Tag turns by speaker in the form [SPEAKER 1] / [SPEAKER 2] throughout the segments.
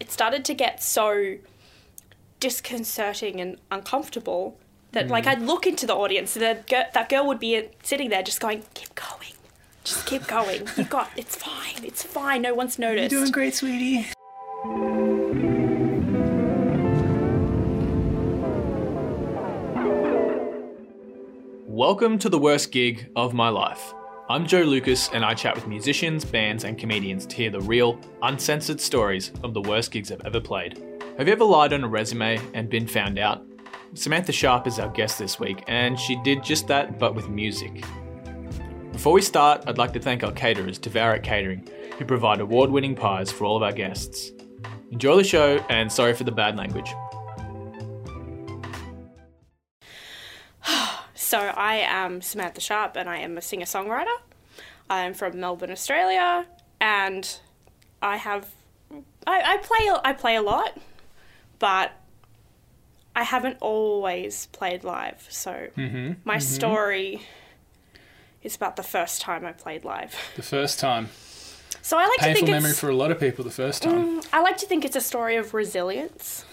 [SPEAKER 1] it started to get so disconcerting and uncomfortable that like I'd look into the audience and that girl, that girl would be sitting there just going, keep going, just keep going. You got it's fine, it's fine. No one's noticed.
[SPEAKER 2] Doing great, sweetie.
[SPEAKER 3] Welcome to the worst gig of my life. I'm Joe Lucas, and I chat with musicians, bands, and comedians to hear the real, uncensored stories of the worst gigs I've ever played. Have you ever lied on a resume and been found out? Samantha Sharp is our guest this week, and she did just that, but with music. Before we start, I'd like to thank our caterers, Devour Catering, who provide award winning pies for all of our guests. Enjoy the show, and sorry for the bad language.
[SPEAKER 1] So I am Samantha Sharp and I am a singer songwriter. I am from Melbourne, Australia, and I have I, I play I play a lot, but I haven't always played live. So
[SPEAKER 2] Mm-hmm,
[SPEAKER 1] my story is about the first time I played live.
[SPEAKER 2] The first time.
[SPEAKER 1] So I like to
[SPEAKER 2] Painful
[SPEAKER 1] think
[SPEAKER 2] memory
[SPEAKER 1] it's Mm,
[SPEAKER 2] for a lot of people, the first time.
[SPEAKER 1] I like to think it's a story of resilience,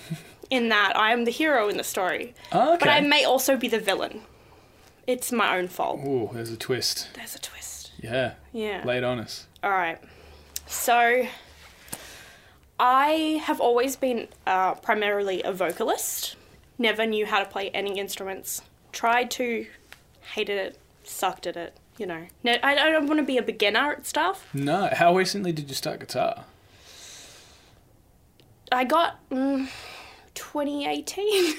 [SPEAKER 1] in that I am the hero in the story,
[SPEAKER 2] Oh, okay.
[SPEAKER 1] but I may also be the villain. It's my own fault.
[SPEAKER 2] Ooh, there's a twist.
[SPEAKER 1] There's a twist.
[SPEAKER 2] Yeah.
[SPEAKER 1] Yeah.
[SPEAKER 2] Lay it on us.
[SPEAKER 1] All right. So I have always been uh, primarily a vocalist. Never knew how to play any instruments. Tried to, hated it, sucked at it. You know, no, I, I don't want to be a beginner at stuff.
[SPEAKER 2] No. How recently did you start guitar?
[SPEAKER 1] I got mm, 2018.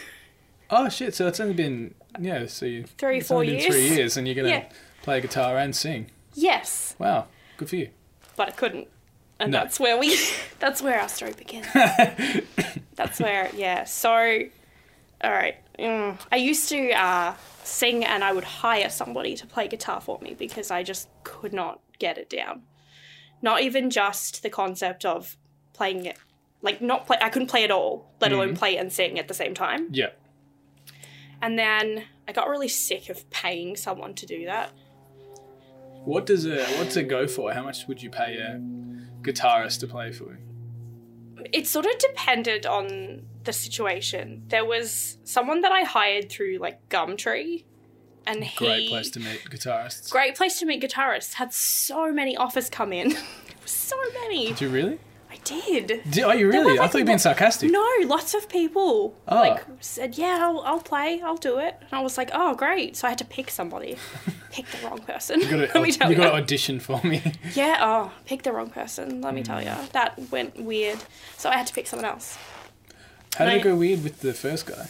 [SPEAKER 2] Oh shit! So it's only been yeah. So you
[SPEAKER 1] Three,
[SPEAKER 2] it's only
[SPEAKER 1] four
[SPEAKER 2] been
[SPEAKER 1] years.
[SPEAKER 2] Three years, and you're gonna
[SPEAKER 1] Yeah.
[SPEAKER 2] play guitar and sing.
[SPEAKER 1] yes,
[SPEAKER 2] Wow. Good for you.
[SPEAKER 1] but I couldn't. And
[SPEAKER 2] No.
[SPEAKER 1] that's where we that's where our story begins. that's where yeah. So all right. Mm, I used to uh, sing and I would hire somebody to play guitar for me because I just could not get it down. Not even just the concept of playing it like not play I couldn't play at all, let alone play and sing at the same time.
[SPEAKER 2] Yeah.
[SPEAKER 1] And then I got really sick of paying someone to do that.
[SPEAKER 2] What does a what's it go for? How much would you pay a guitarist to play for you?
[SPEAKER 1] it sort of depended on the situation. There was someone that I hired through like Gumtree, and he
[SPEAKER 2] Great place to meet guitarists.
[SPEAKER 1] great place to meet guitarists. Had so many offers come in, so many.
[SPEAKER 2] Did you really?
[SPEAKER 1] I did.
[SPEAKER 2] Did, are you really?
[SPEAKER 1] was,
[SPEAKER 2] I
[SPEAKER 1] like,
[SPEAKER 2] thought you'd been
[SPEAKER 1] lo-
[SPEAKER 2] sarcastic.
[SPEAKER 1] No, lots of people
[SPEAKER 2] Oh.
[SPEAKER 1] like said, "Yeah, I'll, I'll play, I'll do it," and I was like, "Oh, great!" So I had to pick somebody. pick the wrong person.
[SPEAKER 2] You
[SPEAKER 1] Let me
[SPEAKER 2] gotta,
[SPEAKER 1] tell
[SPEAKER 2] you
[SPEAKER 1] you.
[SPEAKER 2] gotta audition for me.
[SPEAKER 1] Yeah, oh, pick the wrong person. Let me tell
[SPEAKER 2] Mm.
[SPEAKER 1] you, that went weird. So I had to pick someone else.
[SPEAKER 2] How did
[SPEAKER 1] I-
[SPEAKER 2] it go weird with the first guy?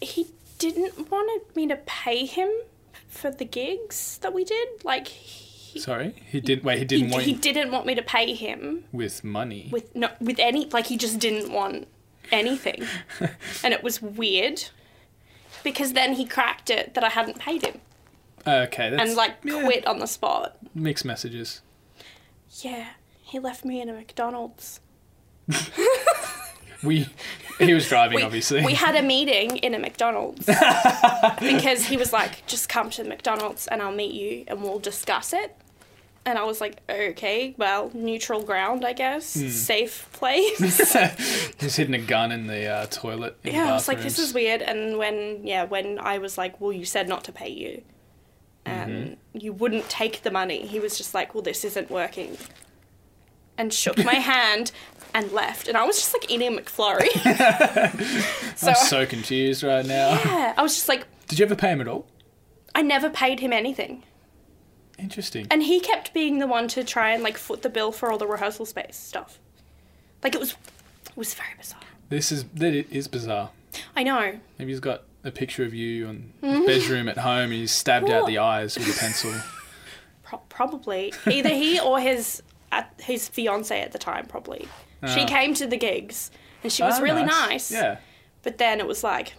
[SPEAKER 1] he didn't wanted me to pay him for the gigs that we did. Like he
[SPEAKER 2] Sorry, he did. Wait, he
[SPEAKER 1] he,
[SPEAKER 2] didn't want
[SPEAKER 1] he
[SPEAKER 2] you
[SPEAKER 1] didn't want me to pay him
[SPEAKER 2] with money.
[SPEAKER 1] with no with any like he just didn't want anything, and it was weird because then he cracked it that I hadn't paid him
[SPEAKER 2] okay, that's
[SPEAKER 1] and like
[SPEAKER 2] yeah,
[SPEAKER 1] quit on the spot.
[SPEAKER 2] mixed messages.
[SPEAKER 1] Yeah, he left me in a McDonald's.
[SPEAKER 2] We he was driving
[SPEAKER 1] We-
[SPEAKER 2] obviously.
[SPEAKER 1] We had a meeting in a McDonald's because he was like, just come to the McDonald's and I'll meet you and we'll discuss it. And I was like, okay, well, neutral ground, I guess,
[SPEAKER 2] Hmm.
[SPEAKER 1] safe place.
[SPEAKER 2] He's hidden a gun in the uh, toilet. In
[SPEAKER 1] yeah,
[SPEAKER 2] the
[SPEAKER 1] I was like, this
[SPEAKER 2] bathrooms.
[SPEAKER 1] is weird. And when, yeah, when I was like, well, you said not to pay you and
[SPEAKER 2] Mm-hmm.
[SPEAKER 1] you wouldn't take the money, he was just like, well, this isn't working. And shook my hand and left. And I was just like eating a McFlurry. so,
[SPEAKER 2] I'm so confused right now.
[SPEAKER 1] yeah, I was just like,
[SPEAKER 2] Did you ever pay him at all?
[SPEAKER 1] I never paid him anything.
[SPEAKER 2] Interesting.
[SPEAKER 1] And he kept being the one to try and like foot the bill for all the rehearsal space stuff. Like it was it was very bizarre.
[SPEAKER 2] This is that i- is bizarre.
[SPEAKER 1] I know.
[SPEAKER 2] Maybe he's got a picture of you on
[SPEAKER 1] Mm-hmm.
[SPEAKER 2] his bedroom at home and he's stabbed out the eyes with a pencil.
[SPEAKER 1] Pro- probably either he or his at his fiance at the time probably. she
[SPEAKER 2] Ah.
[SPEAKER 1] came to the gigs and she was
[SPEAKER 2] Ah,
[SPEAKER 1] really nice.
[SPEAKER 2] Yeah.
[SPEAKER 1] But then it was like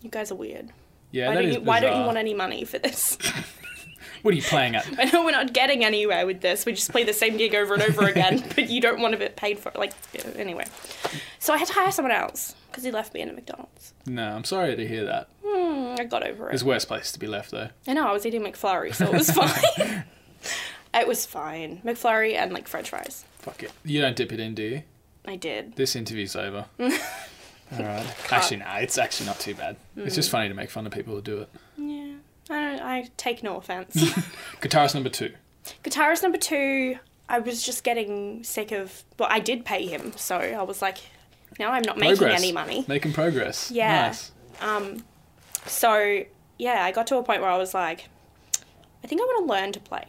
[SPEAKER 1] you guys are weird.
[SPEAKER 2] Yeah,
[SPEAKER 1] Why
[SPEAKER 2] that
[SPEAKER 1] don't
[SPEAKER 2] is
[SPEAKER 1] you why don't you
[SPEAKER 2] bizarre.
[SPEAKER 1] want any money for this?
[SPEAKER 2] What are you playing at?
[SPEAKER 1] I know we're not getting anywhere with this. We just play the same gig over and over again, but you don't want to get paid for it. Like, yeah, anyway. So I had to hire someone else because he left me in a McDonald's.
[SPEAKER 2] No, I'm sorry to hear that.
[SPEAKER 1] Mm, I got over it.
[SPEAKER 2] There's worse places to be left though.
[SPEAKER 1] I know, I was eating McFlurry, so it was fine. it was fine. McFlurry and like french fries.
[SPEAKER 2] Fuck it. You don't dip it in, do you?
[SPEAKER 1] I did.
[SPEAKER 2] This interview's over. All right. Actually, no. It's actually not too bad.
[SPEAKER 1] Hmm.
[SPEAKER 2] It's just funny to make fun of people who do it.
[SPEAKER 1] Yeah. I don't. I take no offense.
[SPEAKER 2] Guitarist number two.
[SPEAKER 1] Guitarist number two. I was just getting sick of. Well, I did pay him, so I was like, now I'm not making
[SPEAKER 2] Progress.
[SPEAKER 1] any money.
[SPEAKER 2] Making progress.
[SPEAKER 1] Yeah.
[SPEAKER 2] Nice.
[SPEAKER 1] So yeah, I got to a point where I was like, I think I want to learn to play,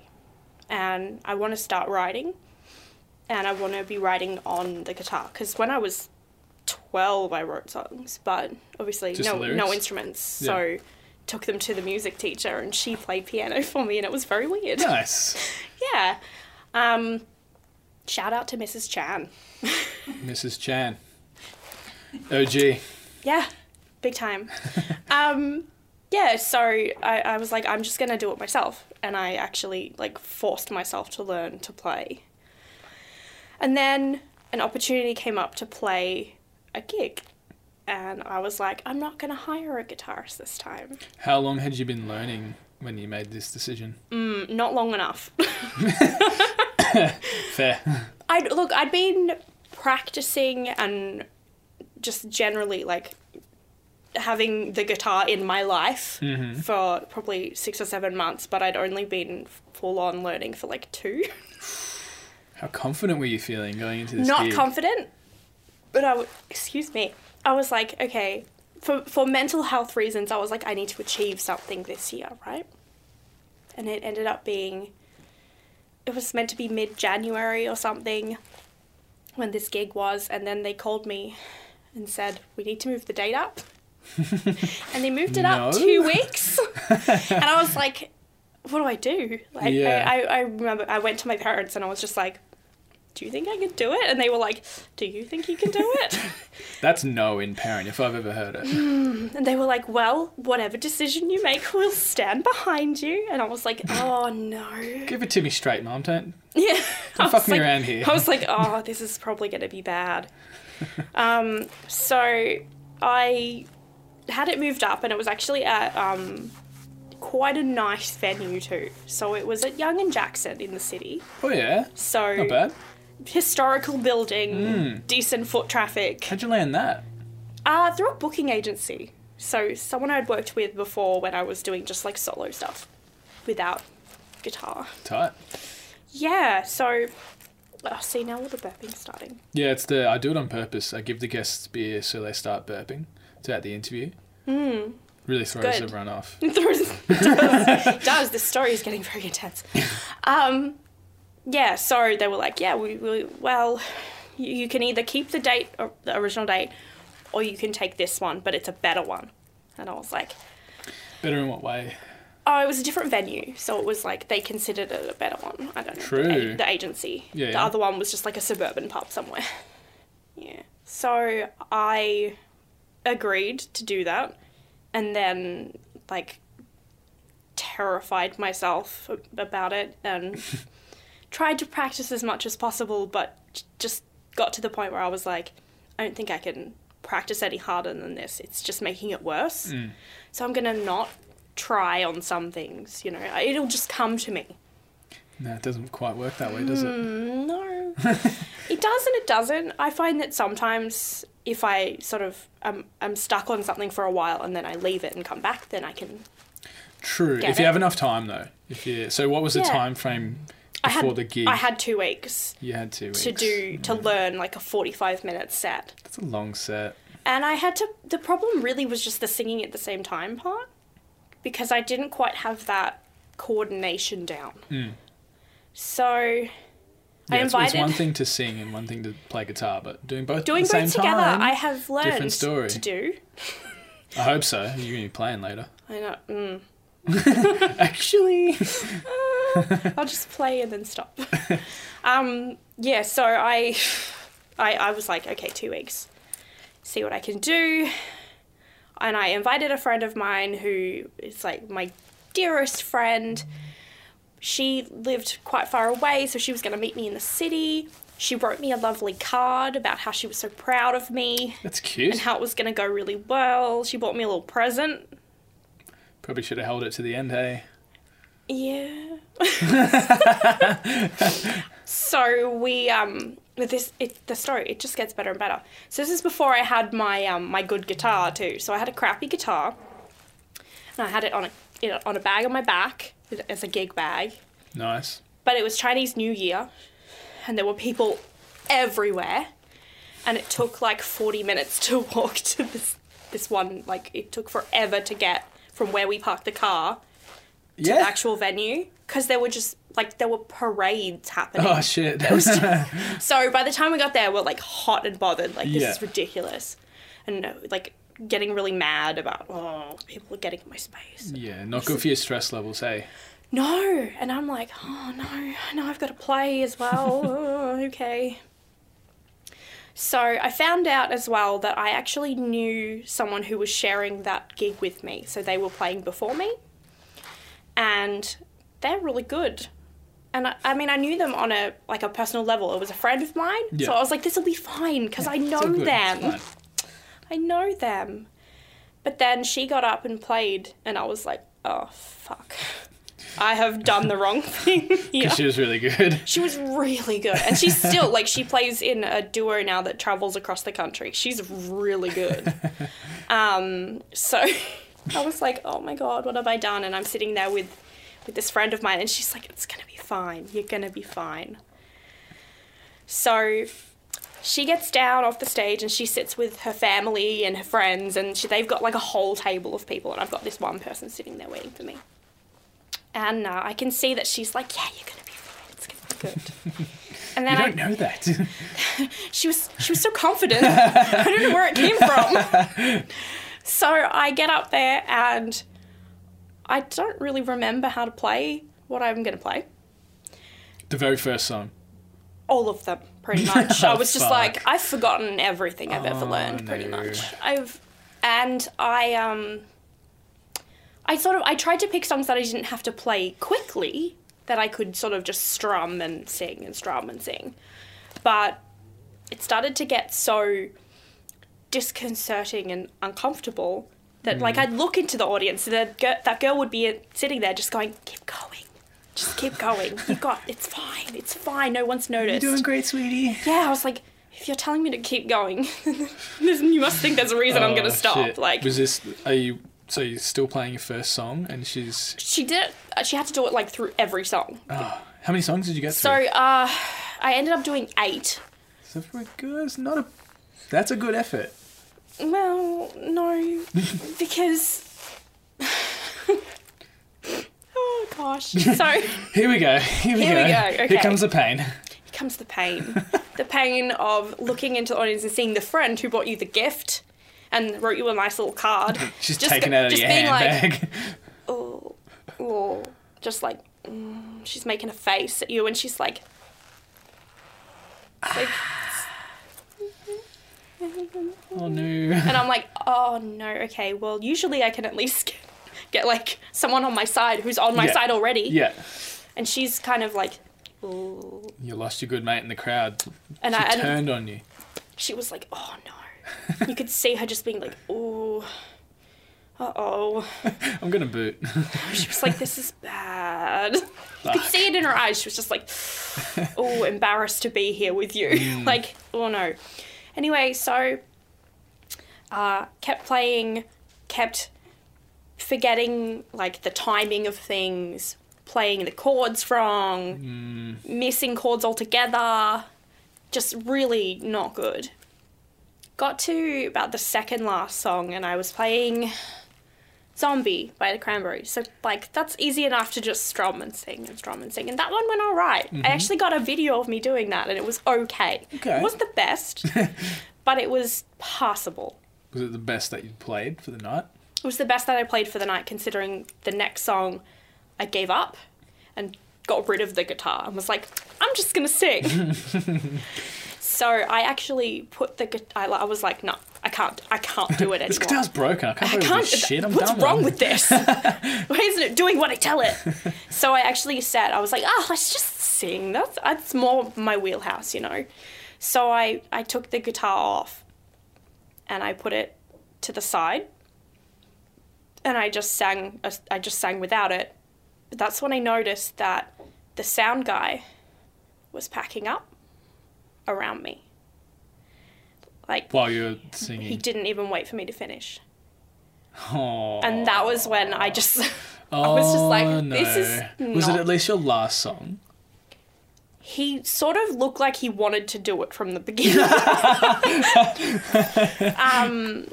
[SPEAKER 1] and I want to start writing, and I want to be writing on the guitar because when I was twelve, I wrote songs, but obviously
[SPEAKER 2] Just
[SPEAKER 1] no
[SPEAKER 2] lyrics?
[SPEAKER 1] no instruments, so. Took them to the music teacher and she played piano for me, and it was very weird.
[SPEAKER 2] Nice.
[SPEAKER 1] Yeah. Um, shout out to Mrs. Chan.
[SPEAKER 2] Mrs. Chan. OG.
[SPEAKER 1] Yeah, big time. um, yeah, so I, I was like, I'm just gonna do it myself, and I actually like forced myself to learn to play. And then an opportunity came up to play a gig, and I was like, I'm not gonna hire a guitarist this time.
[SPEAKER 2] How long had you been learning when you made this decision?
[SPEAKER 1] Mm, Not long enough.
[SPEAKER 2] Fair.
[SPEAKER 1] I'd look. I'd been practicing and just generally like having the guitar in my life for probably six or seven months, but I'd only been full on learning for like two.
[SPEAKER 2] How confident were you feeling going into this
[SPEAKER 1] Not
[SPEAKER 2] gig?
[SPEAKER 1] confident, but I w- excuse me. I was like, okay, for for mental health reasons, I was like, I need to achieve something this year, right? And it ended up being. It was meant to be mid January or something when this gig was, and then they called me and said, We need to move the date up. and they moved it up
[SPEAKER 2] No.
[SPEAKER 1] two weeks. and I was like, What do I do? Like,
[SPEAKER 2] Yeah.
[SPEAKER 1] I, I, I remember I went to my parents and I was just like, Do you think I could do it? And they were like, Do you think you can do it?
[SPEAKER 2] That's no in parent if I've ever heard it.
[SPEAKER 1] and they were like, Well, whatever decision you make, we'll stand behind you. And I was like, Oh no.
[SPEAKER 2] Give it to me straight, Mom. Don't
[SPEAKER 1] Yeah. I
[SPEAKER 2] fuck
[SPEAKER 1] was
[SPEAKER 2] me
[SPEAKER 1] like-
[SPEAKER 2] around here.
[SPEAKER 1] I was like, oh, this is probably going to be bad. Um, so I had it moved up, and it was actually at um, quite a nice venue, too. So it was at Young and Jackson in the city.
[SPEAKER 2] Oh yeah.
[SPEAKER 1] So
[SPEAKER 2] Not bad.
[SPEAKER 1] historical building, decent foot traffic,
[SPEAKER 2] How'd you land that?
[SPEAKER 1] uh, through a booking agency. So someone I'd worked with before when I was doing just like solo stuff without guitar.
[SPEAKER 2] Tight.
[SPEAKER 1] Yeah, so. Oh, see, now all the burping's starting.
[SPEAKER 2] Yeah, it's the I do it on purpose. I give the guests beer so they start burping throughout the interview. Mm. Really throws
[SPEAKER 1] Hmm. good.
[SPEAKER 2] everyone off.
[SPEAKER 1] Throws- does, does. The story is getting very intense. Um, yeah, so they were like, yeah, we, we well, you, you can either keep the date, or the original date, or you can take this one, but it's a better one. And I was like,
[SPEAKER 2] Better in what way?
[SPEAKER 1] oh, it was a different venue, so it was like they considered it a better one. I don't know. the a-
[SPEAKER 2] True.
[SPEAKER 1] The agency.
[SPEAKER 2] Yeah,
[SPEAKER 1] the
[SPEAKER 2] yeah.
[SPEAKER 1] other one was just like a suburban pub somewhere. Yeah. So I agreed to do that, and then like terrified myself a- about it and tried to practice as much as possible, but j- just got to the point where I was like, I don't think I can practice any harder than this. It's just making it worse.
[SPEAKER 2] Mm.
[SPEAKER 1] So I'm gonna not try on some things. You know, it'll just come to me.
[SPEAKER 2] No, it doesn't quite work that way, does
[SPEAKER 1] Hmm.
[SPEAKER 2] it?
[SPEAKER 1] No. it does and it doesn't. I find that sometimes if I sort of um, I'm stuck on something for a while and then I leave it and come back, then I can.
[SPEAKER 2] True.
[SPEAKER 1] Get
[SPEAKER 2] if you
[SPEAKER 1] it.
[SPEAKER 2] have enough time though. If you so what was the
[SPEAKER 1] Yeah.
[SPEAKER 2] time frame
[SPEAKER 1] I
[SPEAKER 2] before
[SPEAKER 1] had
[SPEAKER 2] the gig?
[SPEAKER 1] I had two weeks
[SPEAKER 2] you had two weeks. Mm.
[SPEAKER 1] to do to learn like a forty-five minute set,
[SPEAKER 2] That's a long set.
[SPEAKER 1] and I had to. The problem really was just the singing at the same time part, because I didn't quite have that coordination down. So. I
[SPEAKER 2] Yeah, Mm. it's, it's
[SPEAKER 1] invited
[SPEAKER 2] one thing to sing and one thing to play guitar, but doing both
[SPEAKER 1] doing
[SPEAKER 2] at the
[SPEAKER 1] both
[SPEAKER 2] same
[SPEAKER 1] together.
[SPEAKER 2] time.
[SPEAKER 1] I have learned
[SPEAKER 2] story.
[SPEAKER 1] to do.
[SPEAKER 2] I hope so. You're gonna be playing later.
[SPEAKER 1] I know. Mm.
[SPEAKER 2] Actually,
[SPEAKER 1] I'll just play and then stop. um, yeah, so I, I, I was like, okay, two weeks, see what I can do. And I invited a friend of mine who is like my dearest friend. She lived quite far away, so she was going to meet me in the city. She wrote me a lovely card about how she was so proud of me
[SPEAKER 2] that's cute.
[SPEAKER 1] and how it was going to go really well. She bought me a little present.
[SPEAKER 2] Probably should have held it to the end. Hey,
[SPEAKER 1] Yeah. so we um with this it, the story it just gets better and better. So this is before I had my um my good guitar too. So I had a crappy guitar, and I had it on a you know, on a bag on my back as a gig bag.
[SPEAKER 2] Nice.
[SPEAKER 1] But it was Chinese New Year, and there were people everywhere, and it took like forty minutes to walk to this this one. Like it took forever to get from where we parked the car to
[SPEAKER 2] yeah.
[SPEAKER 1] the actual venue because there were just like there were parades happening.
[SPEAKER 2] oh shit.
[SPEAKER 1] So by the time we got there, we're like hot and bothered. Like this
[SPEAKER 2] Yeah.
[SPEAKER 1] is ridiculous, and uh, like getting really mad about oh people are getting in my space.
[SPEAKER 2] yeah, not good for your stress levels, hey.
[SPEAKER 1] No, and I'm like oh no, no I've got to play as well. Oh, okay. So I found out as well that I actually knew someone who was sharing that gig with me. So they were playing before me, and they're really good. And I, I mean, I knew them on a like a personal level. It was a friend of mine,
[SPEAKER 2] Yeah.
[SPEAKER 1] so I was like, "This will be fine" because I know
[SPEAKER 2] It's all good, it's
[SPEAKER 1] them.
[SPEAKER 2] fine.
[SPEAKER 1] I know them. But then she got up and played, and I was like, "Oh fuck, I have done the wrong thing." here."
[SPEAKER 2] 'Cause She was really good.
[SPEAKER 1] She was really good. And she's still, like, she plays in a duo now that travels across the country. She's really good. Um, so I was like, oh my God, what have I done? And I'm sitting there with, with this friend of mine, and she's like, it's going to be fine. You're going to be fine. So she gets down off the stage and she sits with her family and her friends, and she, they've got like a whole table of people, and I've got this one person sitting there waiting for me. And uh, I can see that she's like, yeah, you're gonna be fine. It's gonna be good. and
[SPEAKER 2] You
[SPEAKER 1] then I,
[SPEAKER 2] don't know that.
[SPEAKER 1] she was she was so confident. I don't know where it came from. so I get up there and I don't really remember how to play what I'm gonna play.
[SPEAKER 2] the very first song.
[SPEAKER 1] all of them pretty much. I was just
[SPEAKER 2] Fuck.
[SPEAKER 1] like, I've forgotten everything I've ever
[SPEAKER 2] Oh,
[SPEAKER 1] learned pretty
[SPEAKER 2] no.
[SPEAKER 1] much. I've and I um I sort of I tried to pick songs that I didn't have to play quickly that I could sort of just strum and sing and strum and sing. But it started to get so disconcerting and uncomfortable that like I'd look into the audience and that girl, that girl would be sitting there just going, "Keep going." Just keep going. You got it's fine. It's fine. No one's noticed.
[SPEAKER 2] great, sweetie.
[SPEAKER 1] Yeah, I was like, if you're telling me to keep going, there's- you must think there's a reason I'm gonna stop. Like
[SPEAKER 2] Oh, was this? Are you? So you're still playing your first song, and she's.
[SPEAKER 1] she did, it, she had to do it like through every song.
[SPEAKER 2] Oh, how many songs did you get
[SPEAKER 1] So
[SPEAKER 2] through?
[SPEAKER 1] uh, I ended up doing eight.
[SPEAKER 2] So pretty good. It's not a. That's a good effort.
[SPEAKER 1] Well, no, because oh gosh. So.
[SPEAKER 2] Here we go. Here we
[SPEAKER 1] Here
[SPEAKER 2] go.
[SPEAKER 1] we go, okay.
[SPEAKER 2] Here comes the pain.
[SPEAKER 1] comes the pain. the pain of looking into the audience and seeing the friend who brought you the gift and wrote you a nice little card.
[SPEAKER 2] She's
[SPEAKER 1] Just
[SPEAKER 2] taken
[SPEAKER 1] go-
[SPEAKER 2] out of
[SPEAKER 1] just
[SPEAKER 2] your
[SPEAKER 1] being like-
[SPEAKER 2] handbag.
[SPEAKER 1] oh, oh, just like mm, she's making a face at you, and she's like, like- "Mm-hmm,
[SPEAKER 2] oh no.
[SPEAKER 1] and I'm like, oh no, okay. Well, usually I can at least get, get like someone on my side who's on my
[SPEAKER 2] Yeah.
[SPEAKER 1] side already,
[SPEAKER 2] Yeah.
[SPEAKER 1] and she's kind of like, oh,
[SPEAKER 2] You lost your good mate in the crowd.
[SPEAKER 1] and
[SPEAKER 2] she
[SPEAKER 1] I and
[SPEAKER 2] turned on you.
[SPEAKER 1] she was like, oh no. you could see her just being like, oh, uh oh.
[SPEAKER 2] I'm gonna boot.
[SPEAKER 1] She was like, this is bad. You could see it in her eyes. She was just like, oh, embarrassed to be here with
[SPEAKER 2] Mm.
[SPEAKER 1] you. like, oh no. Anyway, so uh, kept playing, kept forgetting like the timing of things, playing the chords wrong, missing chords altogether. Just really not good. Got to about the second last song, and I was playing Zombie by the Cranberries. So, like, that's easy enough to just strum and sing and strum and sing. And that one went all right. I actually got a video of me doing that, and it was okay.
[SPEAKER 2] Okay.
[SPEAKER 1] It wasn't the best, but it was passable.
[SPEAKER 2] Was it the best that you'd played for the night?
[SPEAKER 1] It was the best that I played for the night, considering the next song I gave up and got rid of the guitar and was like, I'm just gonna sing. so I actually put the guitar, I, I was like, no, I can't, I can't do it anymore.
[SPEAKER 2] This guitar's broken. I can't
[SPEAKER 1] I
[SPEAKER 2] play
[SPEAKER 1] can't.
[SPEAKER 2] with this shit. I'm
[SPEAKER 1] what's
[SPEAKER 2] done.
[SPEAKER 1] wrong with this? Why isn't it doing what I tell it? So I actually said, I was like, oh, let's just sing. That's that's more my wheelhouse, you know. So I I took the guitar off, and I put it uh, to the side, and I just sang. a- I just sang without it, But that's when I noticed that the sound guy was packing up around me. Like,
[SPEAKER 2] while you're
[SPEAKER 1] he
[SPEAKER 2] singing.
[SPEAKER 1] didn't even wait for me to finish.
[SPEAKER 2] Oh,
[SPEAKER 1] And that was when I just. I was just
[SPEAKER 2] Oh,
[SPEAKER 1] like,
[SPEAKER 2] no.
[SPEAKER 1] this is.
[SPEAKER 2] Was it
[SPEAKER 1] not-
[SPEAKER 2] at least your last song?
[SPEAKER 1] he sort of looked like he wanted to do it from the beginning. um,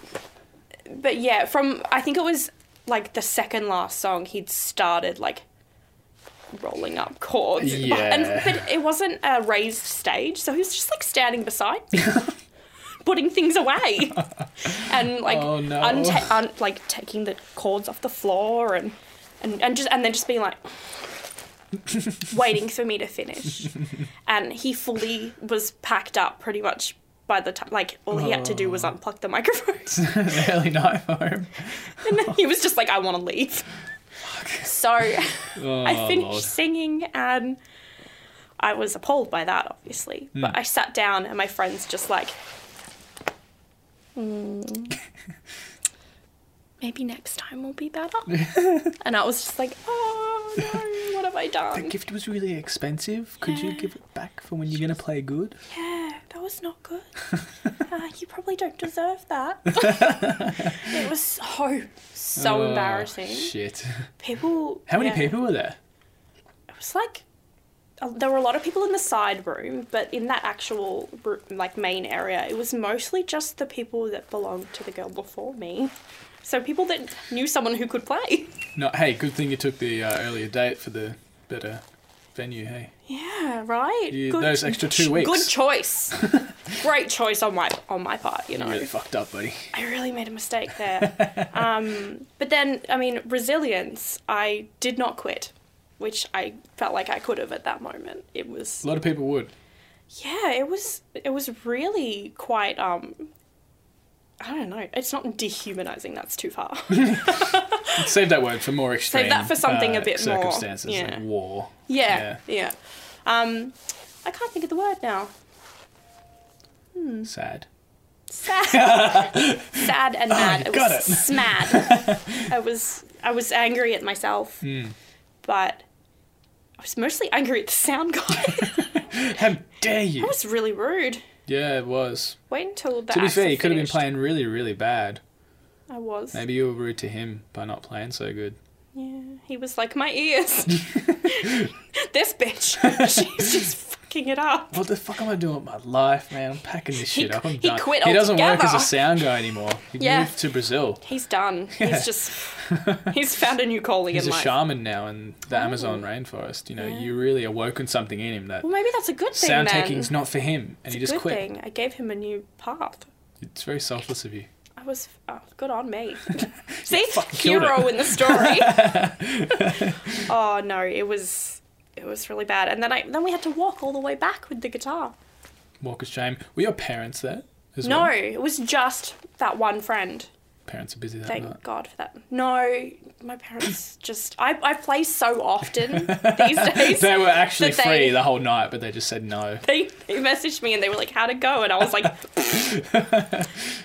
[SPEAKER 1] but yeah, from I think it was like the second last song, he'd started like rolling up chords.
[SPEAKER 2] Yeah.
[SPEAKER 1] And but it wasn't a raised stage, so he was just like standing beside me. Putting things away, and like
[SPEAKER 2] Oh, no.
[SPEAKER 1] unta- un- like taking the chords off the floor, and, and and just and then just being like, waiting for me to finish. and he fully was packed up pretty much by the time, like, all he had to do was
[SPEAKER 2] Oh.
[SPEAKER 1] unplug the microphone.
[SPEAKER 2] Early night home.
[SPEAKER 1] and then he was just like, I want to leave. So
[SPEAKER 2] Oh,
[SPEAKER 1] I finished
[SPEAKER 2] Lord.
[SPEAKER 1] singing and I was appalled by that, obviously.
[SPEAKER 2] Hmm.
[SPEAKER 1] But I sat down and my friend's just like, "Mm, Maybe next time will be better. and I was just like, oh no, what have I done?
[SPEAKER 2] The gift was really expensive. Could you
[SPEAKER 1] Yeah.
[SPEAKER 2] give it back for when you're going to play good?
[SPEAKER 1] Yeah, that was not good. uh, you probably don't deserve that. it was so, so
[SPEAKER 2] Oh,
[SPEAKER 1] embarrassing.
[SPEAKER 2] Shit.
[SPEAKER 1] People.
[SPEAKER 2] How many
[SPEAKER 1] yeah,
[SPEAKER 2] people were there?
[SPEAKER 1] It was like. uh, There were a lot of people in the side room, but in that actual ru- like main area, it was mostly just the people that belonged to the girl before me. So people that knew someone who could play.
[SPEAKER 2] No, hey, good thing you took the uh, earlier date for the better venue, hey.
[SPEAKER 1] Yeah, right.
[SPEAKER 2] Yeah, those extra two
[SPEAKER 1] Good
[SPEAKER 2] weeks.
[SPEAKER 1] choice. Great choice on my on my part. You know.
[SPEAKER 2] You really fucked up, buddy.
[SPEAKER 1] I really made a mistake there. um, but then, I mean, resilience, I did not quit, which I felt like I could have at that moment. It was,
[SPEAKER 2] A lot of people would.
[SPEAKER 1] yeah, it was, it was really quite, um, I don't know, it's not dehumanizing, that's too far.
[SPEAKER 2] Save that word for more extreme. uh,
[SPEAKER 1] that for something a bit more,
[SPEAKER 2] circumstances,
[SPEAKER 1] yeah.
[SPEAKER 2] like war.
[SPEAKER 1] yeah, yeah. Um, I can't think of the word now.
[SPEAKER 2] Yeah. Sad.
[SPEAKER 1] Sad. Sad and mad.
[SPEAKER 2] Oh, you
[SPEAKER 1] it
[SPEAKER 2] got
[SPEAKER 1] was
[SPEAKER 2] it.
[SPEAKER 1] smad. I was I was angry at myself,
[SPEAKER 2] Hmm.
[SPEAKER 1] but I was mostly angry at the sound guy.
[SPEAKER 2] How dare you?
[SPEAKER 1] That was really rude.
[SPEAKER 2] Yeah, it was.
[SPEAKER 1] Wait until that.
[SPEAKER 2] To be fair, you could have been playing really, really bad.
[SPEAKER 1] I was.
[SPEAKER 2] Maybe you were rude to him by not playing so good.
[SPEAKER 1] Yeah, he was like my ears. this bitch, she's just fucking it up.
[SPEAKER 2] What the fuck am I doing with my life, man? I'm packing this shit up. I'm
[SPEAKER 1] he
[SPEAKER 2] done.
[SPEAKER 1] quit
[SPEAKER 2] he doesn't work as
[SPEAKER 1] altogether.
[SPEAKER 2] a sound guy anymore. He
[SPEAKER 1] Yeah.
[SPEAKER 2] moved to Brazil.
[SPEAKER 1] He's done.
[SPEAKER 2] Yeah.
[SPEAKER 1] He's just. He's found a new calling
[SPEAKER 2] He's
[SPEAKER 1] in
[SPEAKER 2] a
[SPEAKER 1] life.
[SPEAKER 2] shaman now in
[SPEAKER 1] Oh.
[SPEAKER 2] the Amazon rainforest. You know, you really awoken something in him that
[SPEAKER 1] Well, maybe that's a good thing.
[SPEAKER 2] sound
[SPEAKER 1] then.
[SPEAKER 2] taking's not for him,
[SPEAKER 1] It's
[SPEAKER 2] and he
[SPEAKER 1] a
[SPEAKER 2] just
[SPEAKER 1] good
[SPEAKER 2] quit.
[SPEAKER 1] thing. I gave him a new path.
[SPEAKER 2] It's very selfless of you.
[SPEAKER 1] I was oh, good on me. See,
[SPEAKER 2] fucking killed
[SPEAKER 1] hero
[SPEAKER 2] it.
[SPEAKER 1] in the story. oh no, it was it was really bad. And then I then we had to walk all the way back with the guitar.
[SPEAKER 2] Walk of shame. Were your parents there as
[SPEAKER 1] No,
[SPEAKER 2] well?
[SPEAKER 1] it was just that one friend.
[SPEAKER 2] Parents are busy that
[SPEAKER 1] Thank
[SPEAKER 2] night.
[SPEAKER 1] God for that. No, my parents just I I play so often these days.
[SPEAKER 2] They were actually
[SPEAKER 1] that they-
[SPEAKER 2] free the whole night, but they just said no.
[SPEAKER 1] They, they messaged me and they were like, "How'd it go?" And I was like,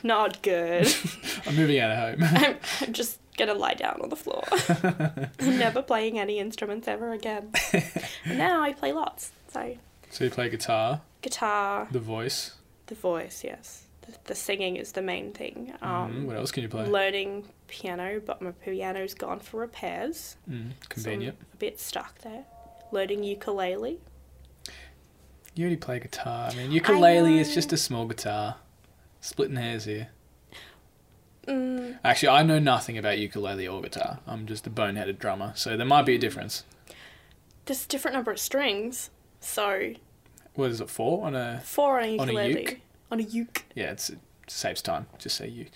[SPEAKER 1] "Not good."
[SPEAKER 2] I'm moving out of home.
[SPEAKER 1] I'm, I'm just gonna lie down on the floor. I'm never playing any instruments ever again. And now I play lots. So
[SPEAKER 2] so you play guitar,
[SPEAKER 1] guitar,
[SPEAKER 2] the voice.
[SPEAKER 1] the voice, yes. The, the singing is the main thing.
[SPEAKER 2] Mm,
[SPEAKER 1] Um,
[SPEAKER 2] what else can you play?
[SPEAKER 1] Learning piano, but my piano's gone for repairs.
[SPEAKER 2] mm,
[SPEAKER 1] so I'm
[SPEAKER 2] convenient.
[SPEAKER 1] a bit stuck there. Learning ukulele.
[SPEAKER 2] You already play guitar. I mean, ukulele is
[SPEAKER 1] know.
[SPEAKER 2] just a small guitar. Splitting hairs here.
[SPEAKER 1] Mm,
[SPEAKER 2] Actually, I know nothing about ukulele or guitar. I'm just a boneheaded drummer, so there might be a difference.
[SPEAKER 1] there's a different number of strings. So
[SPEAKER 2] What is it, four on a?
[SPEAKER 1] four on a
[SPEAKER 2] On a
[SPEAKER 1] ukulele.
[SPEAKER 2] uke?
[SPEAKER 1] On a uke.
[SPEAKER 2] Yeah, it's, it saves time. Just say uke.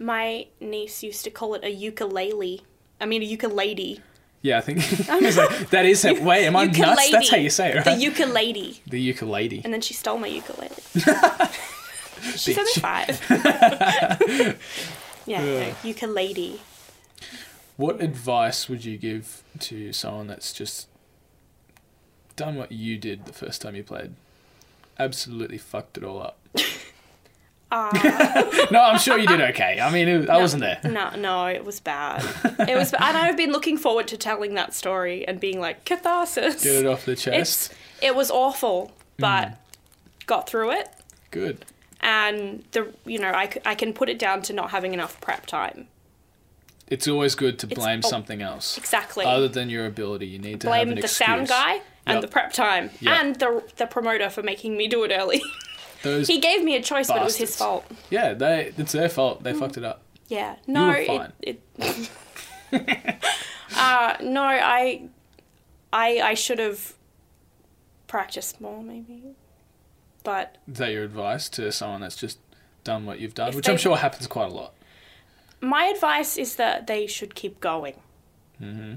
[SPEAKER 1] My niece used to call it a ukulele. I mean a ukulele.
[SPEAKER 2] Yeah, I think It's like, that is. How, wait, am I nuts? That's how you say it,
[SPEAKER 1] The
[SPEAKER 2] right?
[SPEAKER 1] ukulele.
[SPEAKER 2] The ukulele.
[SPEAKER 1] And then she stole my ukulele. She's only
[SPEAKER 2] Bitch.
[SPEAKER 1] five. yeah, no,
[SPEAKER 2] Ugh.
[SPEAKER 1] ukulele.
[SPEAKER 2] What advice would you give to someone that's just done what you did the first time you played? Absolutely fucked it all up. No, I'm sure you did okay. I mean, it, I wasn't there.
[SPEAKER 1] No, no, it was bad. It was, and I've been looking forward to telling that story and being like catharsis.
[SPEAKER 2] Get it off the chest.
[SPEAKER 1] It's, it was awful,
[SPEAKER 2] Mm.
[SPEAKER 1] but got through it,
[SPEAKER 2] Good.
[SPEAKER 1] and the you know I, c- I can put it down to not having enough prep time.
[SPEAKER 2] It's always good to blame
[SPEAKER 1] oh,
[SPEAKER 2] something else
[SPEAKER 1] Exactly.
[SPEAKER 2] other than your ability. You need to have
[SPEAKER 1] Blame
[SPEAKER 2] an
[SPEAKER 1] the
[SPEAKER 2] excuse.
[SPEAKER 1] sound guy and
[SPEAKER 2] Yep.
[SPEAKER 1] the prep time
[SPEAKER 2] Yeah.
[SPEAKER 1] and the the promoter for making me do it early.
[SPEAKER 2] Those,
[SPEAKER 1] he gave me a choice, but it was his fault.
[SPEAKER 2] Bastards. yeah, they it's their fault.
[SPEAKER 1] Mm.
[SPEAKER 2] They fucked it up.
[SPEAKER 1] Yeah. No.
[SPEAKER 2] were fine.
[SPEAKER 1] It, it, uh, no, I, I, I should have practiced more, maybe. But
[SPEAKER 2] Is that your advice to someone that's just done what you've done,
[SPEAKER 1] If
[SPEAKER 2] which
[SPEAKER 1] they-
[SPEAKER 2] I'm sure happens quite a lot?
[SPEAKER 1] my advice is that they should keep going. Mm-hmm.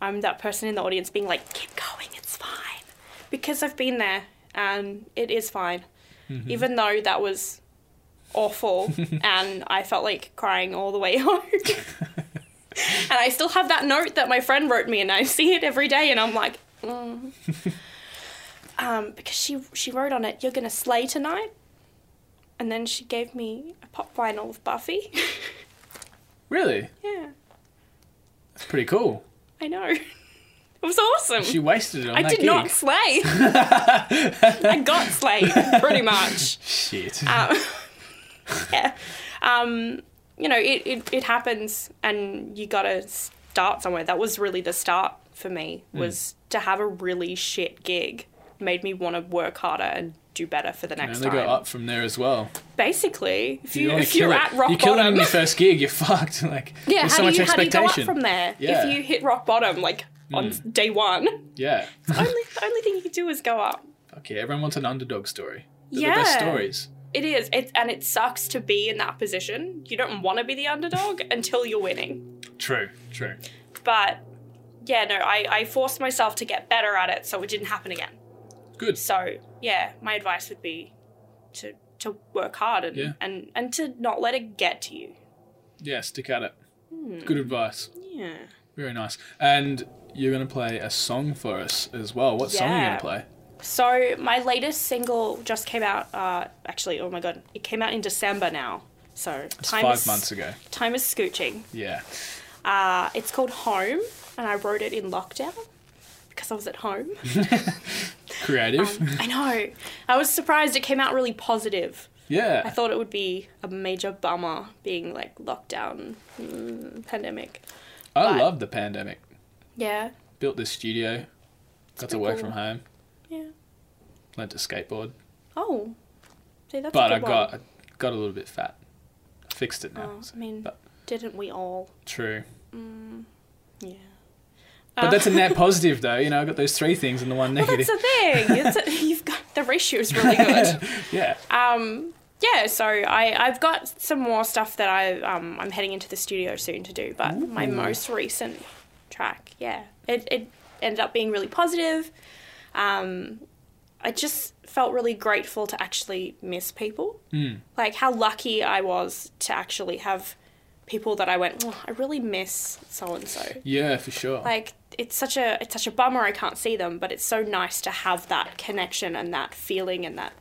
[SPEAKER 1] I'm that person in the audience being like, keep going, it's fine, because I've been there and it is fine, even though that was awful and I felt like crying all the way home. and I still have that note that my friend wrote me, and I see it every day, and I'm like, mm. um, because she she wrote on it, "You're gonna slay tonight," and then she gave me a pop vinyl of Buffy.
[SPEAKER 2] Really,
[SPEAKER 1] yeah.
[SPEAKER 2] it's pretty cool.
[SPEAKER 1] I know. It was awesome.
[SPEAKER 2] She wasted it on
[SPEAKER 1] I
[SPEAKER 2] that
[SPEAKER 1] did
[SPEAKER 2] gig.
[SPEAKER 1] not slay. I got slayed, pretty much.
[SPEAKER 2] Shit.
[SPEAKER 1] Um, yeah. Um, you know, it, it, it happens and you gotta start somewhere. That was really the start for me,
[SPEAKER 2] Hmm.
[SPEAKER 1] was to have a really shit gig. Made me want to work harder and do better for the
[SPEAKER 2] and
[SPEAKER 1] next
[SPEAKER 2] they go
[SPEAKER 1] time.
[SPEAKER 2] up from there as well.
[SPEAKER 1] Basically, if, you,
[SPEAKER 2] wanna
[SPEAKER 1] if you're
[SPEAKER 2] kill
[SPEAKER 1] at
[SPEAKER 2] it.
[SPEAKER 1] rock
[SPEAKER 2] you kill it on
[SPEAKER 1] bottom,
[SPEAKER 2] your first gig, you're fucked. Like,
[SPEAKER 1] yeah,
[SPEAKER 2] there's
[SPEAKER 1] how,
[SPEAKER 2] so
[SPEAKER 1] do
[SPEAKER 2] much
[SPEAKER 1] you, how do you go up
[SPEAKER 2] expectation.
[SPEAKER 1] from there?
[SPEAKER 2] Yeah. Hmm.
[SPEAKER 1] If you hit rock bottom, like on day one,
[SPEAKER 2] Yeah.
[SPEAKER 1] only the only thing you can do is go up.
[SPEAKER 2] okay, everyone wants an underdog story. They're the
[SPEAKER 1] Yeah.
[SPEAKER 2] best stories.
[SPEAKER 1] It is, it, and it sucks to be in that position. You don't want to be the underdog until you're winning.
[SPEAKER 2] True, true.
[SPEAKER 1] But yeah, no, I, I forced myself to get better at it, so it didn't happen again.
[SPEAKER 2] Good.
[SPEAKER 1] So yeah, my advice would be to to work hard and
[SPEAKER 2] Yeah.
[SPEAKER 1] and, and to not let it get to you.
[SPEAKER 2] Yeah, stick at it.
[SPEAKER 1] Hmm.
[SPEAKER 2] Good advice.
[SPEAKER 1] Yeah.
[SPEAKER 2] Very nice. And you're going to play a song for us as well. What song are you going
[SPEAKER 1] Yeah.
[SPEAKER 2] to play?
[SPEAKER 1] So my latest single just came out. Uh, actually, oh my god, it came out in December now. So
[SPEAKER 2] It's
[SPEAKER 1] time
[SPEAKER 2] five
[SPEAKER 1] is,
[SPEAKER 2] months ago.
[SPEAKER 1] Time is scooching.
[SPEAKER 2] Yeah.
[SPEAKER 1] Uh, it's called Home, and I wrote it in lockdown because I was at home.
[SPEAKER 2] Creative.
[SPEAKER 1] I know. I was surprised it came out really positive.
[SPEAKER 2] yeah.
[SPEAKER 1] I thought it would be a major bummer being like lockdown, mm, pandemic.
[SPEAKER 2] I
[SPEAKER 1] but-
[SPEAKER 2] love the pandemic.
[SPEAKER 1] Yeah,
[SPEAKER 2] Built this studio, got to
[SPEAKER 1] pretty
[SPEAKER 2] work
[SPEAKER 1] cool.
[SPEAKER 2] from home,
[SPEAKER 1] yeah.
[SPEAKER 2] learnt to skateboard,
[SPEAKER 1] Oh, see, that's
[SPEAKER 2] but
[SPEAKER 1] a
[SPEAKER 2] I
[SPEAKER 1] good
[SPEAKER 2] got
[SPEAKER 1] one.
[SPEAKER 2] I got a little bit fat. I fixed it now.
[SPEAKER 1] Oh,
[SPEAKER 2] so-
[SPEAKER 1] I mean,
[SPEAKER 2] but-
[SPEAKER 1] didn't we all?
[SPEAKER 2] true.
[SPEAKER 1] Yeah.
[SPEAKER 2] But that's a net positive, though. You know, I got those three things and the one
[SPEAKER 1] Ah. Uh, Well,
[SPEAKER 2] negative.
[SPEAKER 1] that's the thing. It's a, you've got the ratio is really good.
[SPEAKER 2] yeah.
[SPEAKER 1] um, yeah, so I, I've got some more stuff that I um, I'm heading into the studio soon to do, but my most recent track, yeah, it, it ended up being really positive. Um, I just felt really grateful to actually miss people, like how lucky I was to actually have people that I went, oh, I really miss so and so.
[SPEAKER 2] yeah, for sure.
[SPEAKER 1] Like it's such a it's such a bummer I can't see them, but it's so nice to have that connection and that feeling and that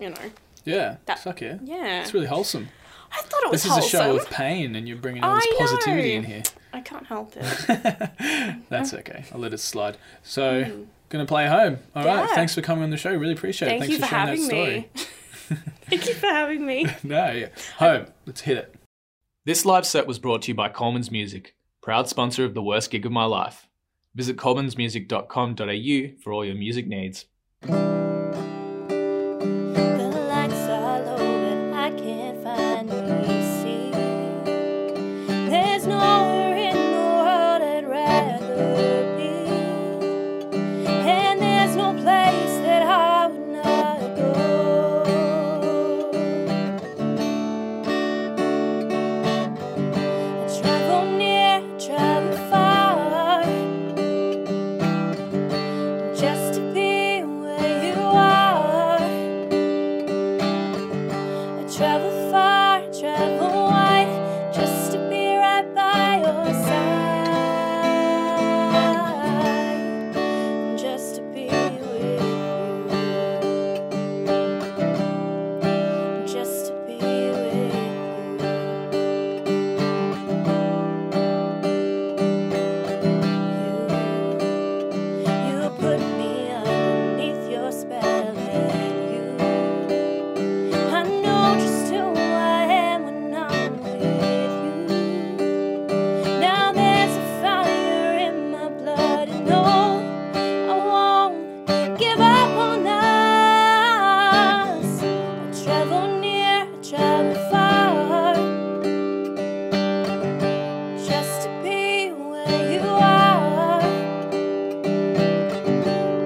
[SPEAKER 1] you know.
[SPEAKER 2] yeah.
[SPEAKER 1] that-
[SPEAKER 2] Fuck yeah.
[SPEAKER 1] Yeah.
[SPEAKER 2] It's really wholesome.
[SPEAKER 1] I thought it was
[SPEAKER 2] This is
[SPEAKER 1] wholesome.
[SPEAKER 2] a show of pain, and you're bringing all this
[SPEAKER 1] I know.
[SPEAKER 2] positivity in here.
[SPEAKER 1] I can't help it.
[SPEAKER 2] That's okay. I'll let it slide. So, gonna play home. All right.
[SPEAKER 1] Hmm. Yeah.
[SPEAKER 2] Thanks for coming on the show. Really appreciate
[SPEAKER 1] Thank
[SPEAKER 2] it. Thanks
[SPEAKER 1] you for
[SPEAKER 2] sharing that
[SPEAKER 1] having me.
[SPEAKER 2] story.
[SPEAKER 1] Thank you for having me.
[SPEAKER 2] no, yeah. Home. Let's hit it.
[SPEAKER 3] This live set was brought to you by Coleman's Music, proud sponsor of the worst gig of my life. Visit coleman'smusic.com.au for all your music needs.
[SPEAKER 4] The lights are low, but I can't find any seat. There's nowhere in the world I'd rather be, and there's no place that I would not go. I travel near, I travel far, just to be where you are. I travel far, travel wide, just to be right by your side, and just to be with you, just to be travel near, travel far, just to be where you are.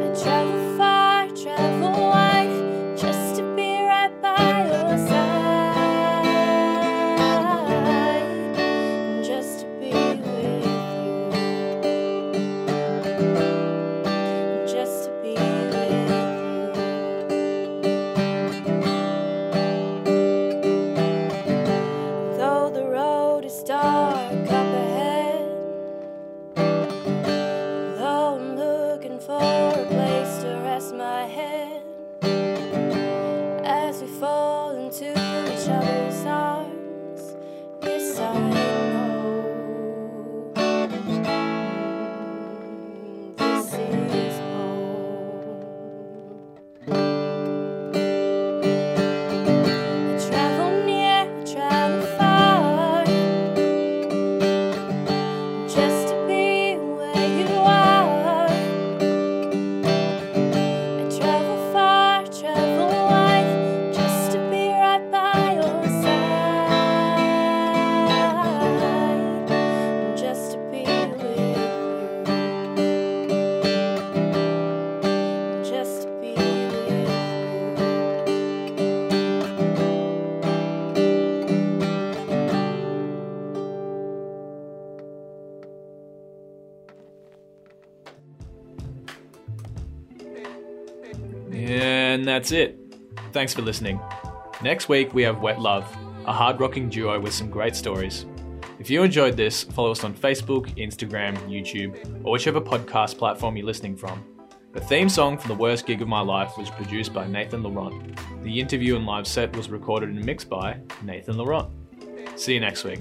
[SPEAKER 4] I travel far, travel wide, just to be right by your side, and just to be with you just to be with you. Though the road is dark up ahead, though I'm looking for a place to rest my head, as we fall into each other's arms, this I know. This is home. I travel near, I travel far, just to be where you are. I travel far, travel wide, just to be right by your side, just to be with you just to be with you.
[SPEAKER 3] And that's it. Thanks for listening. Next week, we have Wet Love, a hard rocking duo with some great stories. If you enjoyed this, follow us on Facebook, Instagram, YouTube, or whichever podcast platform you're listening from. The theme song for The Worst Gig of My Life was produced by Nathan Laurent. The interview and live set was recorded and mixed by Nathan Laurent. See you next week.